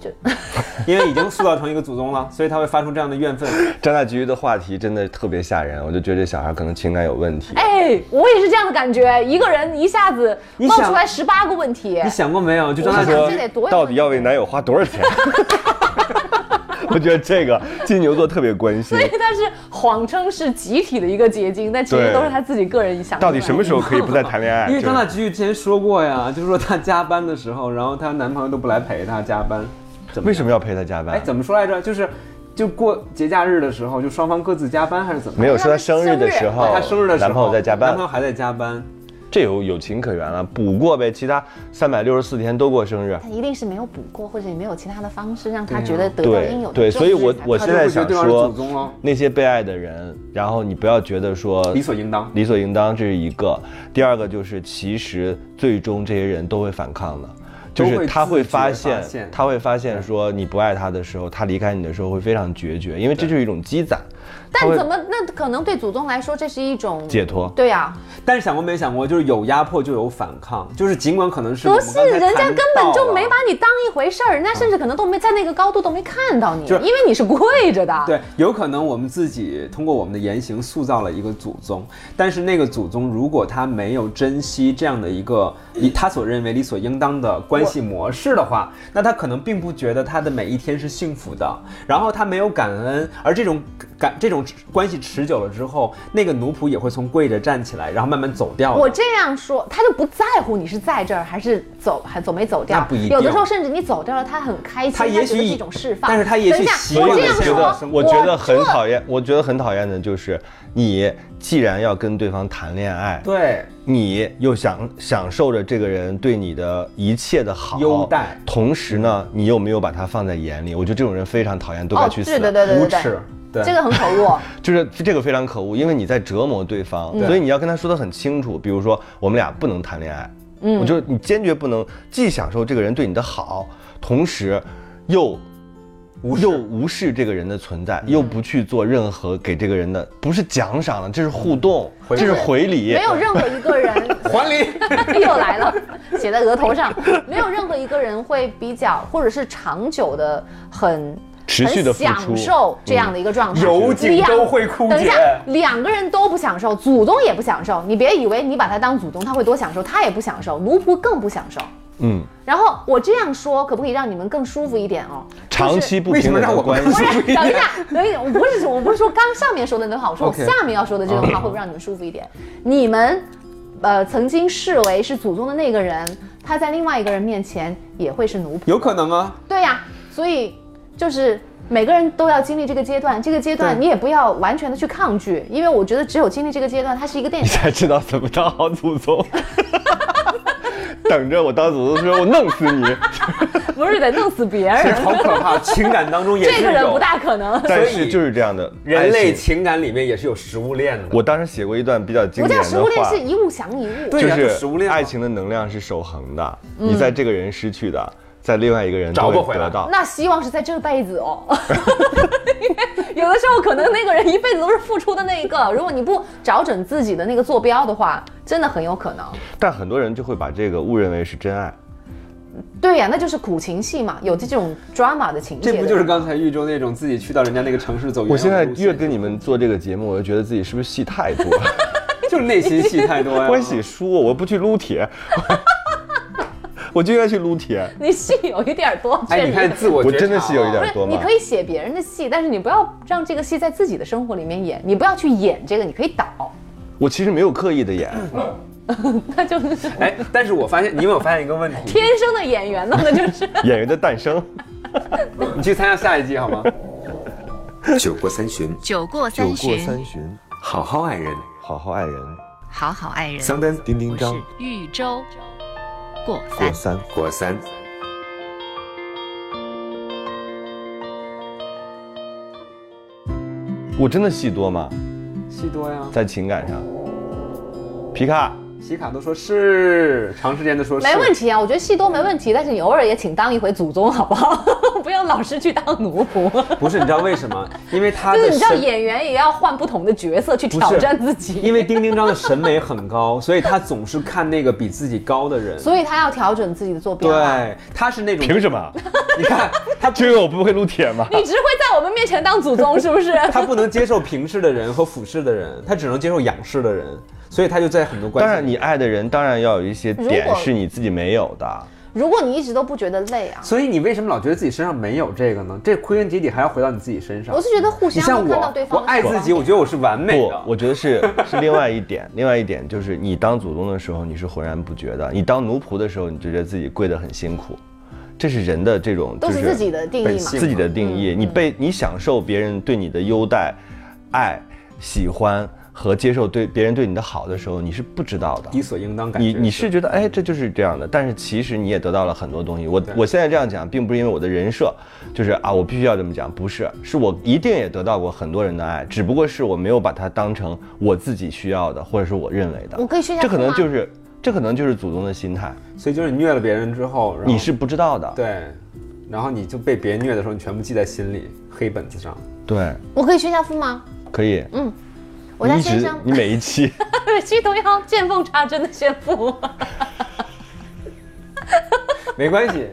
就 *laughs* 因为已经塑造成一个祖宗了，所以他会发出这样的怨 *laughs* 愤。张大菊的话题真的特别吓人，我就觉得这小孩可能情感有问题。哎，我也是这样的感觉，一个人一下子你冒想出来十八个问题你，想过没有？就张我大他想菊这说得多有到底要为男友花多少钱？ *laughs* 我觉得这个金牛座特别关心所，以他是谎称是集体的一个结晶，但其实对都是他自己个人想出到来的。底什么时候可以不再谈恋爱？因为哎就张是大菊之前说过呀， *laughs* 就是说她加班的时候，然后她男朋友都不来陪她加班，怎么为什么要陪他加哎，班？怎么说来着？就是就过节假日的时候，就双方各自加班还是怎么？没有说他生日的时候，她生日的时候，男朋友在加男班朋友，还在加班，这有有情可原了，补过呗。其他三百六十四天都过生日，他一定是没有补过，或者也没有其他的方式让他对啊觉得得到对应有的对，重所视以我才我可现就会在以觉想得对方是说祖宗咯，那些被爱的人，然后你不要觉得说理所应当。理所应当，这是一个。第二个就是，其实最终这些人都会反抗的，就都会是他会自觉发发现，现他会发现说你不爱他的时候，他离开你的时候会非常决绝，因为这就是一种积攒。他但会怎么那可能对祖宗来说这是一种解脱？对啊，但是想过没想过，就是有压迫就有反抗，就是尽管可能是不我是们刚才人家谈根本到就了没把你当一回事儿，人家甚至可能都没在那个高度都没看到你，就因是为你是跪着的。对，有可能我们自己通过我们的言行塑造了一个祖宗，但是那个祖宗如果他没有珍惜这样的一个理他所认为理所应当的关系模式的话，那他可能并不觉得他的每一天是幸福的，然后他没有感恩，而这种感这种种关系持久了之后，那个奴仆也会从跪着站起来，然后慢慢走掉的。我这样说，他就不在乎你是在这儿还是走，还走没走掉。那不一定有的时候甚至你走掉了，他很开心，他也许觉得是一种释放。但是他也许等一下习惯我了这样这觉样说得，生我觉得很讨厌，我觉得很讨厌的就是你既然要跟对方谈恋爱，对，你又享享受着这个人对你的一切的好优待同时呢，你又没有把他放在眼里，我觉得这种人非常讨厌，都该哦去死。对对对对无对对耻，对，这个很可恶。就是这个非常可恶，因为你在折磨对方，所以你要跟他说得很清楚。比如说，我们俩不能谈恋爱，嗯，我就你坚决不能既享受这个人对你的好，同时又无又无视这个人的存在，又不去做任何给这个人的，不是奖赏了，这是互动，回这礼是回礼没。有任何一个人还礼。 *laughs* 又来了，写在额头上。没有任何一个人会比较，或者是长久的很持续地很付出嗯享受这样的一个状态。有景两都会枯竭等一下，两个人都不享受，祖宗也不享受。你别以为你把他当祖宗，他会多享受，他也不享受，奴仆更不享受。嗯，然后我这样说，可不可以让你们更舒服一点哦？长期不平 *laughs* 为什么等让的我关们系。不是， *laughs* 等一下， *laughs* 等一下，我不是说我不是说刚上面说的那话，我说我 OK 下面要说的这段话嗯会不会让你们舒服一点？你们，呃，曾经视为是祖宗的那个人，他在另外一个人面前也会是奴仆， *laughs* 有可能啊吗？对呀、所以就是每个人都要经历这个阶段，这个阶段对你也不要完全的去抗拒，因为我觉得只有经历这个阶段，它是一个电你影。才知道怎么当好祖宗。等着我当祖宗的时候，我弄死你！不是得弄死别 *laughs* 这人， *laughs* 好可怕，情感当中也这是个人不有。大可能。但所是以就是这样的，人爱类情情感里面也是有食物链的。我当时写过一段比较经不典叫的食物链，话，是一物降一物。对就呀就是食物链嘛爱情的能量是守恒的，你在这个人失去的，在另外一个人找都不会回来得到。那希望是在这辈子哦， *laughs* 有的时候可能那个人一辈子都是付出的那一个，如果你不找准自己的那个坐标的话，真的很有可能。但很多人就会把这个误认为是真爱。对呀、那就是苦情戏嘛，有这种 drama 的情节这的。不就是刚才豫州那种自己去到人家那个城市走远我现在路线越跟你们做这个节目，我就觉得自己是不是戏太多， *laughs* *laughs* 就是内心戏太多呀。关系输，我不去撸铁， *laughs* 我就应该去撸铁。你戏有一点多，哎，你确实看自我觉我察啊真的是有一点不是多你吗可？以写别人的戏，但是你不要让这个戏在自己的生活里面演，你不要去演这个，你可以导，嗯我其实没有刻意的演，那就是哎，但是我发现你有没有发现一个问题？天生的演员呢，*laughs* 那就是。演员的诞生。你去参加下一季好吗？酒过三巡，酒过三巡，巡，好好爱人。好好爱人，好好爱人。桑丹叮我叮是豫州过三过。三。过三。我真的戏多吗？戏多呀，在情感上，皮 *laughs* 卡。西卡都说是，长时间的说是，没问题啊，我觉得戏多没问题，但是你偶尔也请当一回祖宗好不好？ *laughs* 不要老是去当奴仆。不是，你知道为什么？因为他就是的你知道审，演员也要换不同的角色去挑战自己，因为丁丁章的审美很高，所以他总是看那个比自己高的人。所以他要调整自己的坐标啊。对，他是那种，凭什么？你看他不就因为我不会撸铁吗？你只会在我们面前当祖宗，是不是？他不能接受平视的人和俯视的人，他只能接受仰视的人，所以他就在很多关 *laughs* 当系。然，你，爱的人当然要有一些如点果是你自己没有的。如果你一直都不觉得累啊，所以你为什么老觉得自己身上没有这个呢？这归根结底还要回到你自己身上。我是觉得互你相像都看到我对，我方的爱自己，我觉得我是完美不的，。我觉得是 *laughs* 是另外一点，另外一点就是你当祖宗的时候你是浑然不觉的，你当奴仆的时候你就觉得自己跪得很辛苦，这是人的这种都就是自己的定本义嘛嗯性。自己的定义，你被你享受别人对你的优待、爱、喜欢和接受对别人对你的好的时候，你是不知道的。理所应当感觉你你是觉得哎，这就是这样的，但是其实你也得到了很多东西。我我现在这样讲，并不是因为我的人设，就是啊，我必须要这么讲，不是，是我一定也得到过很多人的爱，只不过是我没有把它当成我自己需要的，或者是我认为的。我可以学一下这可能哭吗就是这可能就是祖宗的心态，所以就是你虐了别人之后，然后你是不知道的。对，然后你就被别人虐的时候，你全部记在心里，黑本子上。对，我可以学一下夫吗？可以。嗯我你家一先直生 *laughs* 你每一期虚头要见缝插针的炫富，没关系，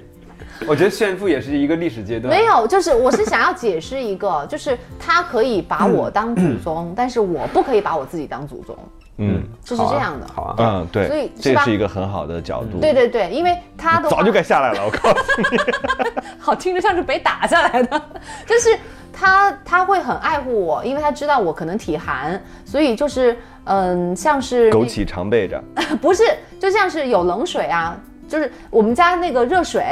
我觉得炫富也是一个历史阶段。没，有，就是我是想要解释一个，就是他可以把 *clears throat* 我当祖宗，但是我不可以把我自己当祖宗，嗯就是这样的。好啊，嗯，所对以，是这吧是一个很好的角度。对对对，因为他的话早就该下来了，我告诉你。 *laughs* 好听着像是被打下来的，就是他他会很爱护我，因为他知道我可能体寒，所以就是嗯，像是那枸杞常备 *laughs* 着，不是，就像是有冷水啊，就是我们家那个热水，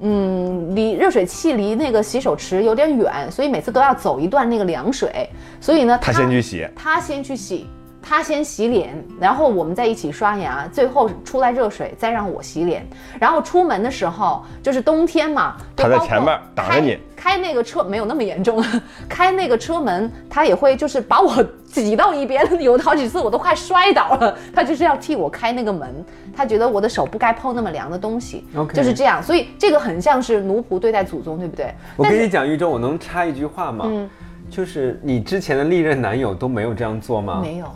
嗯，离热水器离那个洗手池有点远，所以每次都要走一段那个凉水，所以呢，他先去洗。他先去洗，他先洗脸，然后我们再一起刷牙，最后出来热水，再让我洗脸。然后出门的时候，就是冬天嘛，就他在包括前面挡着你开，开那个车没有那么严重，开那个车门，他也会就是把我挤到一边，有好几次我都快摔倒了，他就是要替我开那个门，他觉得我的手不该碰那么凉的东西 OK 就是这样，所以这个很像是奴仆对待祖宗，对不对？我但跟是你讲，玉州，我能插一句话吗？嗯就是你之前的历任男友都没有这样做吗？没有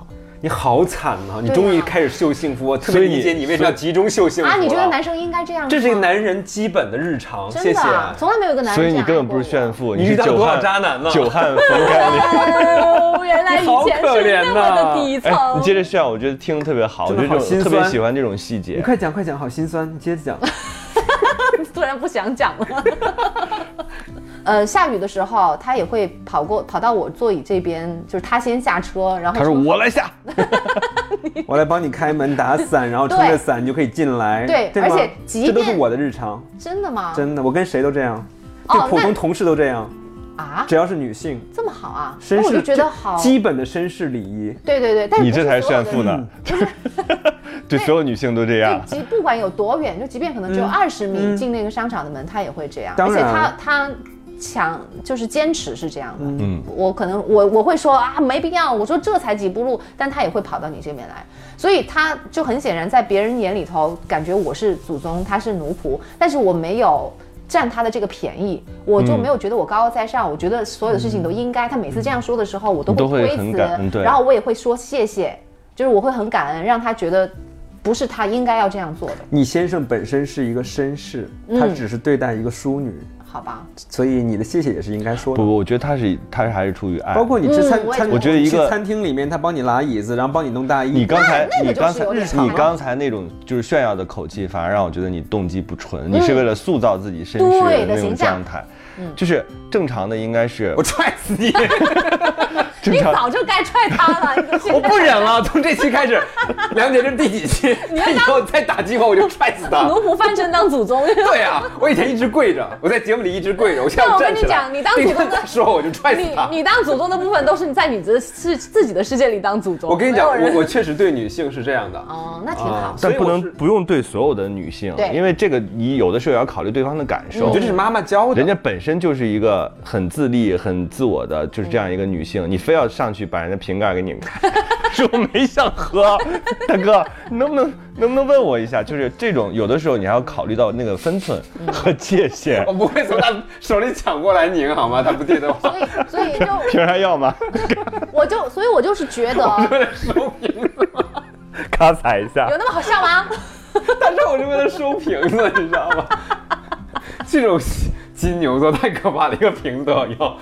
你好惨呐、你对啊终于开始秀幸福，我特别所以你理解你为什么要集中秀幸福啊，你觉得了男生应该这样吗？这是一个男人基本的日常，真谢的谢。啊、从来没有一个男人所以这你样根本爱不是过炫我富，你是遇到久多少旱渣男呢久旱逢甘霖。 *laughs* 哦，原来以前你好可是怜那么的呐底层。哎，你接着炫，我觉得听得特别好，我真的觉得这好心种特酸别喜欢这种细节。你快讲，快讲，好心酸，你接着讲。 *laughs* 突然不想讲了。 *laughs* 呃，下雨的时候，他也会跑过跑到我座椅这边，就是他先下车，然后他说我来下，我来帮你开门打伞，然后撑着伞你就可以进来。对吗而且即这便都是我的日常，真的吗？真的，我跟谁都这样，哦对普那通同事都这样，啊，只要是女性，这么好啊？那绅我士就觉得好。基本的绅士礼仪。对对对，但是嗯你不这是才是所炫有的富人。呢。 *laughs* 对所有女性都这样就。即不管有多远，就即便可能只嗯有二十米进那个商场的门，他也会这样。当然而且他他强就是坚持是这样的。啊嗯我可能我我会说啊没必要，我说这才几步路，但他也会跑到你这边来，所以他就很显然在别人眼里头感觉我是祖宗，他是奴仆，但是我没有。占他的这个便宜，我嗯就没有觉得我高高在上，我觉得所有的事情都应该。他每次这样说的时候，我都你都会会推很辞，感嗯对然后我也会说谢谢，就是我会很感恩，让他觉得不是他应该要这样做的，你先生本身是一个绅士，嗯他只是对待一个淑女，好吧？所以你的谢谢也是应该说不的。不，我觉得他是他还是出于爱。包括你吃餐嗯我也觉餐，得我觉得一个去餐厅里面，他帮你拉椅子，然后帮你弄大衣。你刚才那那个你就是刚才有点你强刚才那种就是炫耀的口气，反而让我觉得你动机不纯，你是为了塑造自己绅士嗯对的的那种形象嗯状态。就是正常的应该是我 *laughs* 踹死你！ *laughs* 正你常早就该踹他了，你我不忍了，从这期开始， *laughs* 梁姐这是第几期？他以后再打击我，我就踹死他。奴仆翻身当祖宗。对啊，我以前一直跪着，我在节目里一直跪 *laughs* 着，我现在对我跟站起来你讲你当对主动的他说我就踹死你他。你当祖宗的部分都是你在你的世自己的世界里当祖宗。我跟你讲，没有人我我确实对女性是这样的。哦，那挺好啊。但不所以我能是不用对所有的女性对，嗯因为这个你有的时候也要考虑对方的感受。我觉得这是妈妈 *laughs* 教的，人家本身就是一个很自立、很自我的，就是这样一个女性，你非要上去把人家瓶盖给拧开，说我没想喝， *laughs* 大哥，你能不能能不能问我一下？就是这种，有的时候你还要考虑到那个分寸和界限 *laughs* 我。不会从他手里抢过来拧好吗？他不听的 *laughs* 话，所以所以就瓶还要吗？我就所以我就是觉得收瓶子。咔踩一下有。那么好笑吗？ *laughs* 他说我是为了收瓶子，你知道吗？ *laughs* 这种金牛座太可怕了，一个瓶子要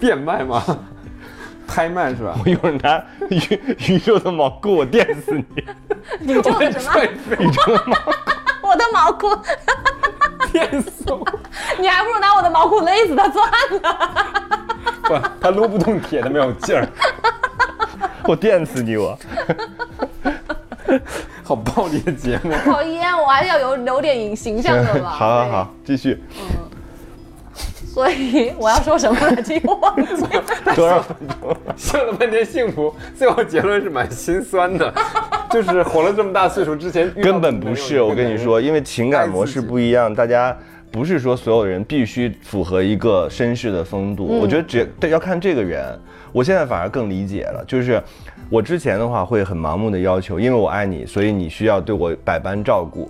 变卖吗？ *laughs* 拍卖是吧？我一会儿拿宇宇宙的毛裤，我电死你！你就什么？踹飞宇宙的毛， *laughs* 我的毛裤，电死我！ *laughs* 你还不如拿我的毛裤勒死他算了。不，他撸不动铁，他没有劲儿，我电死你！我 *laughs* 好暴力的节目。 *laughs* 讨厌，我还是要有留点影形象的 *laughs* 吧。 *laughs* 好啊好对好，继续。所以我要说什么来着？又忘记 *laughs* 了。多少分钟？想了半天幸福，最后结论是蛮心酸的， *laughs* 就是活了这么大岁数之前遇到根本不是，我跟你说，，因为情感模式不一样，大家不是说所有人必须符合一个绅士的风嗯度。我觉得只对要看这个人，我现在反而更理解了，就是我之前的话会很盲目的要求，因为我爱你，所以你需要对我百般照顾，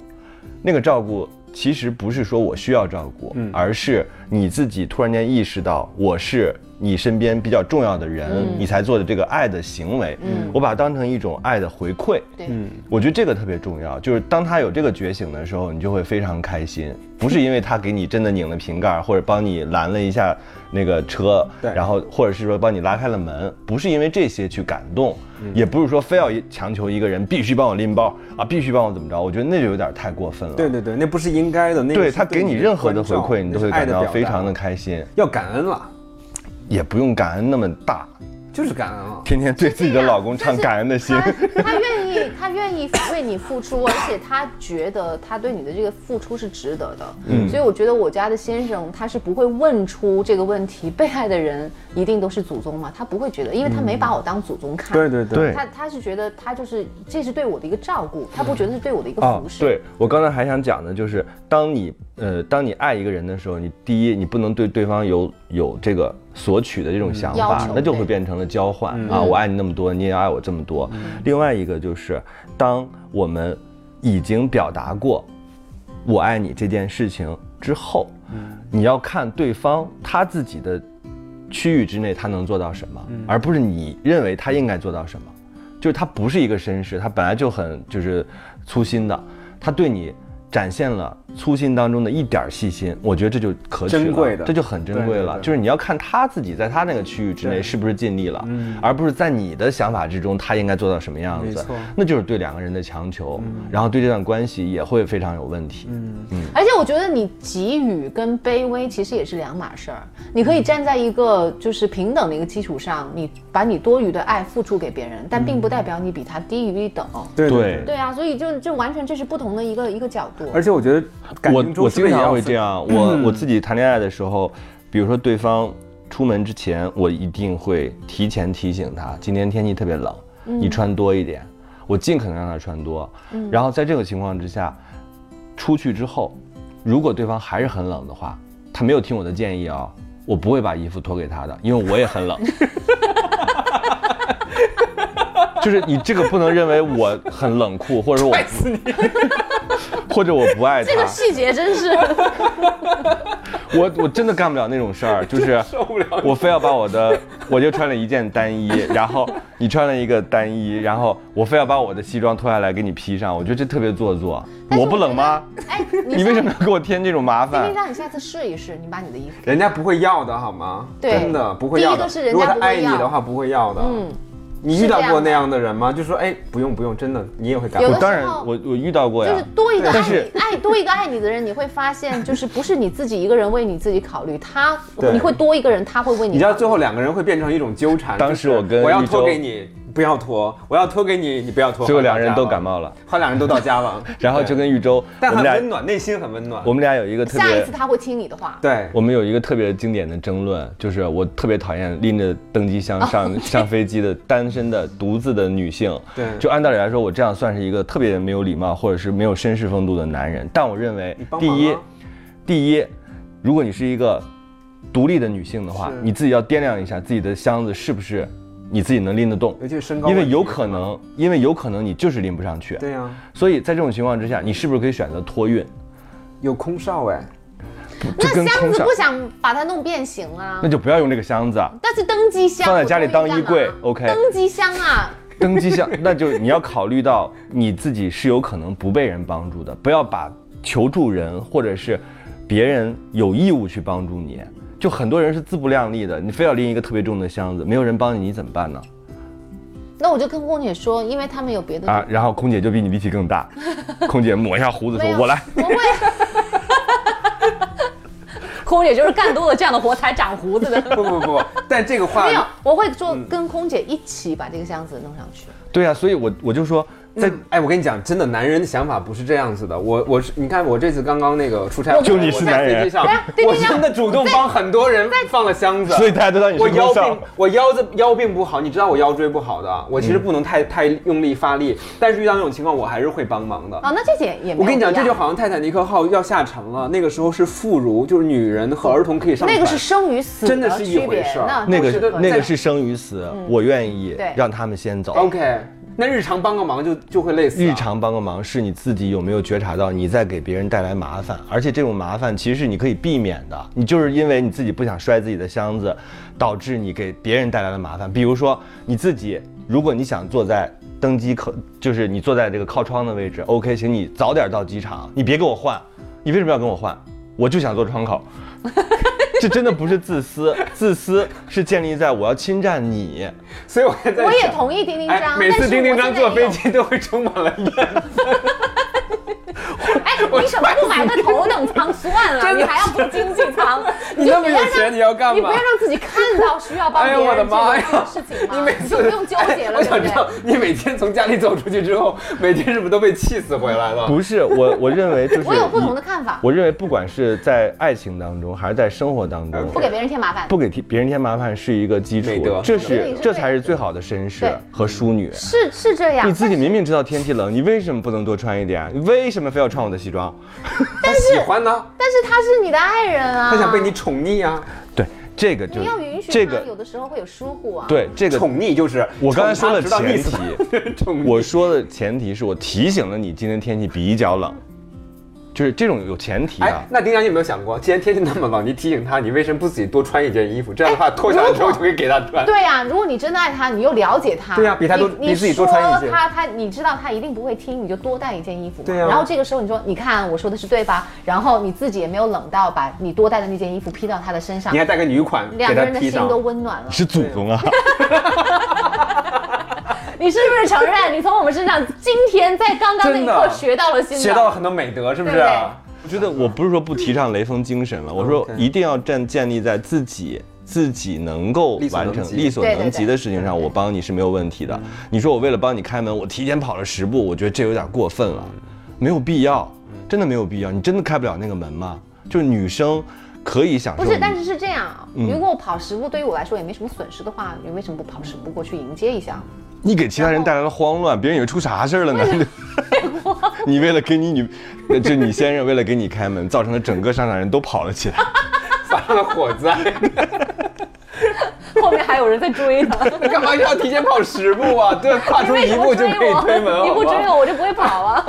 那个照顾。其实不是说我需要照顾，嗯而是你自己突然间意识到我是你身边比较重要的人，嗯你才做的这个爱的行为。我把它当成一种爱的回馈。对，我觉得这个特别重要，就是当他有这个觉醒的时候，你就会非常开心。不是因为他给你真的拧了瓶盖儿， *laughs* 或者帮你拦了一下那个车，对然后或者是说帮你拉开了门，不是因为这些去感动，嗯也不是说非要强求一个人必须帮我拎包啊，必须帮我怎么着。我觉得那就有点太过分了。对对对，那不是应该的，那个对是他给你的任何的回关照馈，你都会那是爱感的到表达非常的开心。要感恩了。也不用感恩那么大，就是感恩啊。天天对自己的老公唱感恩的心。他他愿意，他愿意为你付出，而且他觉得他对你的这个付出是值得的。嗯所以我觉得我家的先生他是不会问出这个问题，被害的人一定都是祖宗嘛？他不会觉得，因为他没把我当祖宗看。嗯对对对，对他他是觉得他就是这是对我的一个照顾，他不觉得是对我的一个啊服，侍。对我刚才还想讲的就是，当你呃，当你爱一个人的时候，你第一，你不能对对方有有这个索取的这种想要法求，那就会对变成了交换、啊，我爱你那么多，你也爱我这么多。另外一个就是，当我们已经表达过我爱你这件事情之后，你要看对方他自己的区域之内他能做到什么，嗯而不是你认为他应该做到什么。就是他不是一个绅士，他本来就很就是粗心的，他对你展现了粗心当中的一点儿细心，我觉得这就可取了，珍贵的这就很珍贵对了。对对就是你要看他自己在他那个区域之内对是不是尽力了，嗯而不是在你的想法之中他应该做到什么样子。没错嗯那就是对两个人的强求，然后对这段关系也会非常有问题。而且我觉得你给予跟卑微其实也是两码事儿。你嗯可以站在一个就是平等的一个基础上，你把你多余的爱付出给别人，但并嗯不代表你比他低于一等。对对对啊，所以就就完全这是不同的一个一个角度。而且我觉得感我情中我是经不是也常要会分这样，我嗯我自己谈恋爱的时候，比如说对方出门之前，我一定会提前提醒他，今天天气特别冷，嗯你穿多一点，我尽可能让他穿多。然后在这个情况之下，出去之后，如果对方还是很冷的话，他没有听我的建议啊、我不会把衣服脱给他的，因为我也很冷。 *laughs* 就是你这个不能认为我很冷酷，或者 *laughs* 说我不 *laughs* 或者我不爱他。这个细节 *laughs* 真是，我我真的干不了那种事儿， *laughs* 就是我非要把我的，我就穿了一件单衣，然后你穿了一个单衣，然后我非要把我的西装脱下来给你披上，我觉得这特别做作。但是我不冷吗？哎，你你为什么下？要给我添这种麻冰冰烦？让你下次试一试，你把你的衣服。人家不会要的好吗？对真的不会要的。第一个是人家如果他不会爱你要的话，不会要的。嗯，你遇到过那样的人吗？就说哎，不用不用，真的你也会感有我的动。当然时，候我我遇到过呀就是。多一个爱啊但你是爱多一个爱你的人，你会发现，就是不是你自己一个人为你自己考虑，他对你会多一个人，他会为你考虑。你知道最后两个人会变成一种纠缠。当时就是我跟我要一脱周给你，不要脱；我要脱给你，你不要脱。结果两好人都到家了感，冒了，。好，两人都到家了 *laughs* 然后就跟豫州，我对，但们很俩温暖，内心很温暖。我们俩有一个特下一别次，他会听你的话。对，我们有一个特别经典的争论，就是我特别讨厌拎着登机箱哦上上飞机的单身的独自的女性。对就按道理来说，我这样算是一个特别没有礼貌或者是没有绅士风度的男人。但我认为你，帮第忙啊一，第一，如果你是一个独立的女性的话是，你自己要掂量一下自己的箱子是不是你自己能拎得动，尤其是身高因问题，为有可能，因为有可能你就是拎不上去。对呀、所以在这种情况之下，你是不是可以选择托运？有空少哎，就跟那箱空子上不，想把它弄变形啊那，就不要用这个箱子啊。但是登机箱放在家里当衣柜我同意干 OK 嘛登机箱啊，登机箱，那就你要考虑到你自己是有可能不被人帮助的，不要把求助人或者是别人有义务去帮助你。就很多人是自不量力的，你非要拎一个特别重的箱子，没有人帮你，你怎么办呢？那我就跟空姐说，因为他们有别的啊，然后空姐就比你力气更 *laughs* 大，空姐抹一下胡子没说有：“ *laughs* 我来。我会。 *laughs* 空姐就是干多了这样的 *laughs* 活才长胡子的。不不不，但这个话没有，我会做嗯跟空姐一起把这个箱子弄上去。”对啊，所以我我就说，在、哎，我跟你讲，真的，男人的想法不是这样子的。我我是，你看我这次刚刚那个出差，就你是男我人在飞机上哎对我对对真的主动帮很多人放了箱子，所以大家都当你是我空腰少病，，我腰子腰病不好，你知道我腰椎不好的，我其嗯实不能太太用力发力，但是遇到那种情况，我还是会帮忙的。啊，那这姐也没有我跟你讲，必要这就好像泰坦尼克号要下沉了，那个时候是妇孺，就是女人和儿童可以上船。那个是生与死真的是一区别回事儿那那都是个可以那个是生与死，嗯我愿意对让他们先走。 OK，那日常帮个忙就就会累死啊。日常帮个忙是你自己有没有觉察到你在给别人带来麻烦，而且这种麻烦其实是你可以避免的。你就是因为你自己不想摔自己的箱子，导致你给别人带来了麻烦。比如说你自己，如果你想坐在登机口，就是你坐在这个靠窗的位置，OK，请你早点到机场，你别给我换。你为什么要跟我换？我就想坐窗口。这真的不是自私，自私是建立在我要侵占你。所以我还在我也想同意丁丁哎，章，每次但是我丁丁张现在也坐飞 *laughs* 有机都会充满了怨。哎，你怎么不买个头等暗 *laughs* 藏算了，你还要读经济舱，你就那么不有要让钱，你要干你不嘛要？让自己看到需要 *laughs* 帮哎别呦人我的这妈呀种事 *laughs* 情嘛，你每就次不用纠结 *laughs* 哎我了，对想不知对道？你每天从家里走出去之后，每天是不是都被气死回来了？不是我，我认为就是 *laughs* 我有不同的看法，我认为不管是在爱情当中，还是在生活当中，嗯不给别人添麻烦。不给别人添麻烦是一个基础美德，这对是你是这对才是最好的绅士对和淑女。是啊是这样，你自己明明知道天气冷，你为什么不能多穿一点？你为什么非要穿我的西装？他喜欢呢，但是他是你的爱人啊，他想被你宠溺啊，对，这个就你要允许他这个有的时候会有疏忽啊。，对这个宠溺就是我刚才说的宠他直到溺死前提他 *laughs* 宠溺我说的前提是我提醒了你今天天气比较冷，就是这种有前提啊的哎，。那丁香，你有没有想过，既然天气那么冷，你提醒他，你为什么不自己多穿一件衣服？这样的话，脱下来之后就可以给他穿。哎对呀、如果你真的爱他，你又了解他，对呀啊比他多你比自己多穿一你件说他他，你知道他一定不会听，你就多带一件衣服嘛。对啊呀然后这个时候你说，你看我说的是对吧？然后你自己也没有冷到把你多带的那件衣服披到他的身上你，还带个女款给啊两个他人的披心上都。温暖了。是祖宗啊！你是不是承认你从我们身上今天在刚刚那一刻真的学到了新的？学到了很多美德，是不是？啊对我觉得我不是说不提倡雷锋精神了，嗯我说 OK 一定要站建立在自己自己能够力所完能成及力所对对能及对嗯的事情上，我帮你是没有问题的。你说我为了帮你开门，我提前跑了十步，我觉得这有点过分嗯了，没有必要，真的没有必要。你真的开不了那个门吗？就是女生可以享受不你，是，但是是这样啊，嗯如果我跑十步对于我来说也没什么损失的话，你为什么不跑十步过去迎接一下？你给其他人带来了慌乱，别人以为出啥事儿了呢。 *laughs* 你为了给你女，就你先生为了给你开门，造成了整个商场人都跑了起来。发生了火灾， *laughs* 后面还有人在追 *laughs* 呢。那干嘛要提前跑十步啊？对，跨出一步就可以推门，你好不吗追我，我就不会跑啊。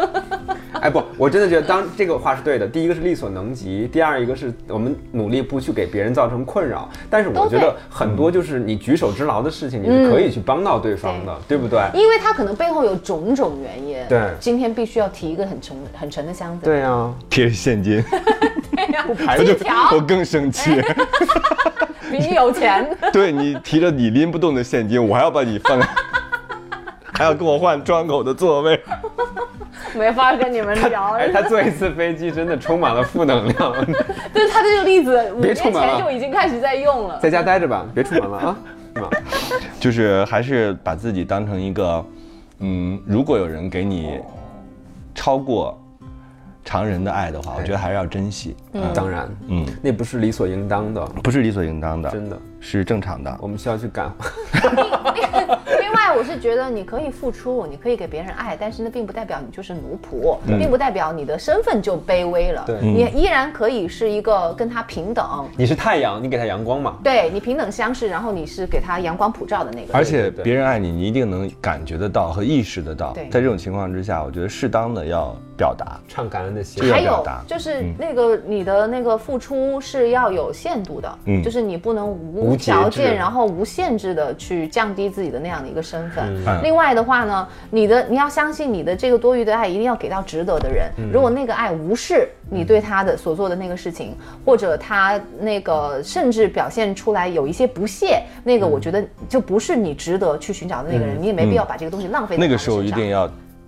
*laughs* 哎不，我真的觉得当这个话是对的。第一个是力所能及，第二一个是我们努力不去给别人造成困扰。但是我都觉对得很多就是你举手之劳的事情，你是可以去帮到对方的，嗯对不对？ *laughs* 因为他可能背后有种种原因。对今天必须要提一个很沉很沉的箱子。对啊，贴着现金， *laughs* 呀，我一就我条更生气。比你 *laughs* 有钱。 *laughs* 对你提着你拎不动的现金，我还要把你放在， *laughs* 还要跟我换窗口的座位。没法跟你们聊。 *laughs* 哎，他坐一次飞机真的充满了负能量， *laughs* 对他这个例子，五别年出门啊了前就已经开始在用了。 *laughs* 在家待着吧，别出门了啊。就是还是把自己当成一个，嗯，如果有人给你超过常人的爱的话，我觉得还是要珍惜。 *laughs* 嗯，当然，嗯，那不是理所应当的，不是理所应当的，真的，是正常的。我们需要去感化。 *laughs* 另外，我是觉得你可以付出，你可以给别人爱，但是那并不代表你就是奴仆，并不代表你的身份就卑微了。嗯对你依然可以是一个跟他平等，你是太阳，你给他阳光嘛。对你平等相视，然后你是给他阳光普照的那个人。而且对对对别人爱你，你一定能感觉得到和意识得到。对在这种情况之下，我觉得适当的要表达。唱感恩的心这，个还表有达就是那个你的那个付出是要有限度的，嗯就是你不能无无节制条件，然后无限制的去降低自己的那样的一个身份。嗯另外的话呢，你的你要相信你的这个多余的爱一定要给到值得的人。嗯如果那个爱无视你对他的所做的那个事情，嗯或者他那个甚至表现出来有一些不屑，那嗯个我觉得就不是你值得去寻找的那个人，你也没必要把这个东西浪费在那个他的时候身一上定要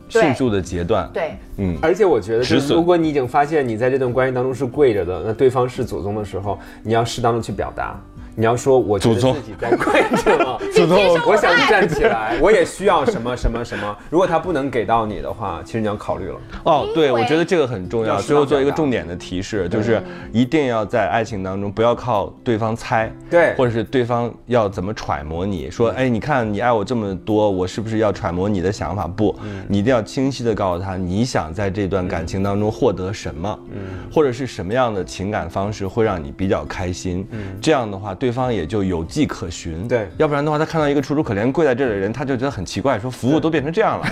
对迅速的截断。对。嗯，而且我觉得，就是止损如果你已经发现你在这段关系当中是跪着的，那对方是祖宗的时候，你要适当的去表达，你要说我觉祖得宗自己在跪着 *laughs* 了，祖宗我 *laughs* 我想站起 *laughs* 来，我也需要什么什么什么。如果他不能给到你的话，其实你要考虑了。哦，对，因为我觉得这个很重要适要。当最后做一个表达重点的提示，就是一定要在爱情当中不要靠对方猜，对或者是对方要怎么揣摩你，说，嗯哎，你看你爱我这么多，我是不是要揣摩你的想法？不，嗯你一定要清晰的告诉他，你想在这段感情当中获得什么，嗯或者是什么样的情感方式会让你比较开心。这样的话，对方也就有迹可循。嗯对要不然的话，他看到一个楚楚可怜跪在这里的人，他就觉得很奇怪，说服务都变成 *laughs* 这样了。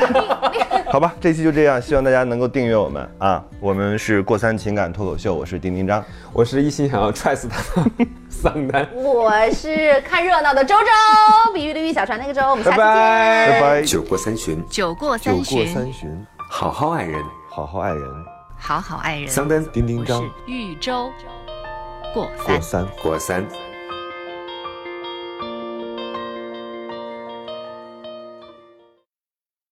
好吧，这期就这样，希望大家能够订阅我们啊！我们是过三情感脱口秀，我是丁丁张，我是一心想要踹死他的桑 *laughs* 丹。我是看热闹的周周，比喻的喻，小船那个周，我们下次见。拜拜拜。酒过三巡，酒过三巡，巡，好好爱人。好好爱人，好好爱人。桑丹、丁丁我是豫州过过三。三，过三。